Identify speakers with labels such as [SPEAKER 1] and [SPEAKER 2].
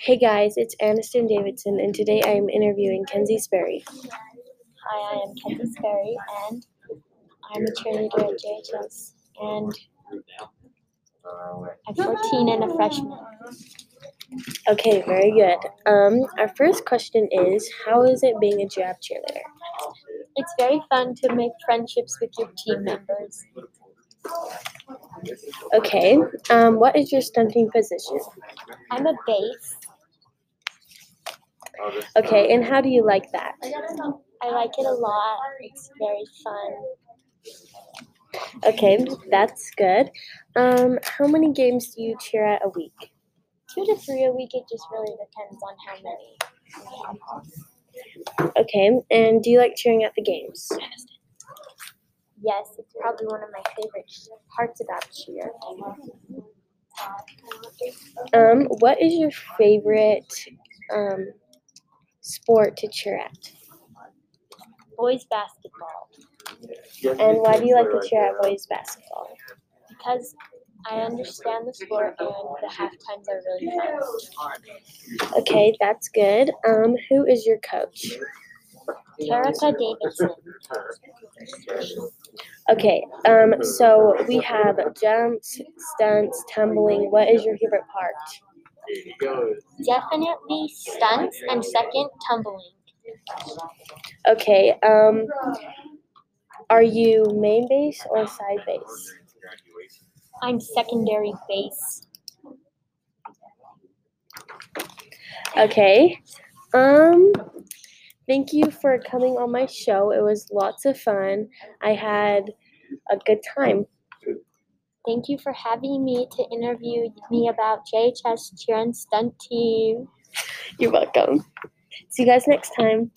[SPEAKER 1] Hey guys, it's Aniston Davidson, and today I am interviewing Kenzie Sperry.
[SPEAKER 2] Hi, I am Kenzie Sperry, and I'm a cheerleader at JHS, and I'm 14 and a freshman.
[SPEAKER 1] Okay, very good. Um, our first question is How is it being a jab cheerleader?
[SPEAKER 2] It's very fun to make friendships with your team members.
[SPEAKER 1] Okay, um, what is your stunting position?
[SPEAKER 2] I'm a base.
[SPEAKER 1] Okay, and how do you like that?
[SPEAKER 2] I like it a lot. It's very fun.
[SPEAKER 1] Okay, that's good. Um, how many games do you cheer at a week?
[SPEAKER 2] Two to three a week, it just really depends on how many.
[SPEAKER 1] Okay, and do you like cheering at the games?
[SPEAKER 2] Yes, it's probably one of my favorite parts about cheer.
[SPEAKER 1] Um, what is your favorite um, sport to cheer at?
[SPEAKER 2] Boys basketball,
[SPEAKER 1] And why do you like to cheer at boys basketball?
[SPEAKER 2] because I understand the sport and the half times are really fun.
[SPEAKER 1] Okay, that's good. Um, who is your coach?
[SPEAKER 2] Terica Davidson.
[SPEAKER 1] Okay, um, so we have jumps, stunts, tumbling. What is your favorite part?
[SPEAKER 2] Definitely stunts and second tumbling.
[SPEAKER 1] Okay, um, are you main base or side base?
[SPEAKER 2] I'm secondary base.
[SPEAKER 1] Okay, um, thank you for coming on my show. It was lots of fun. I had a good time.
[SPEAKER 2] Thank you for having me to interview me about JHS cheer and stunt team.
[SPEAKER 1] You're welcome. See you guys next time.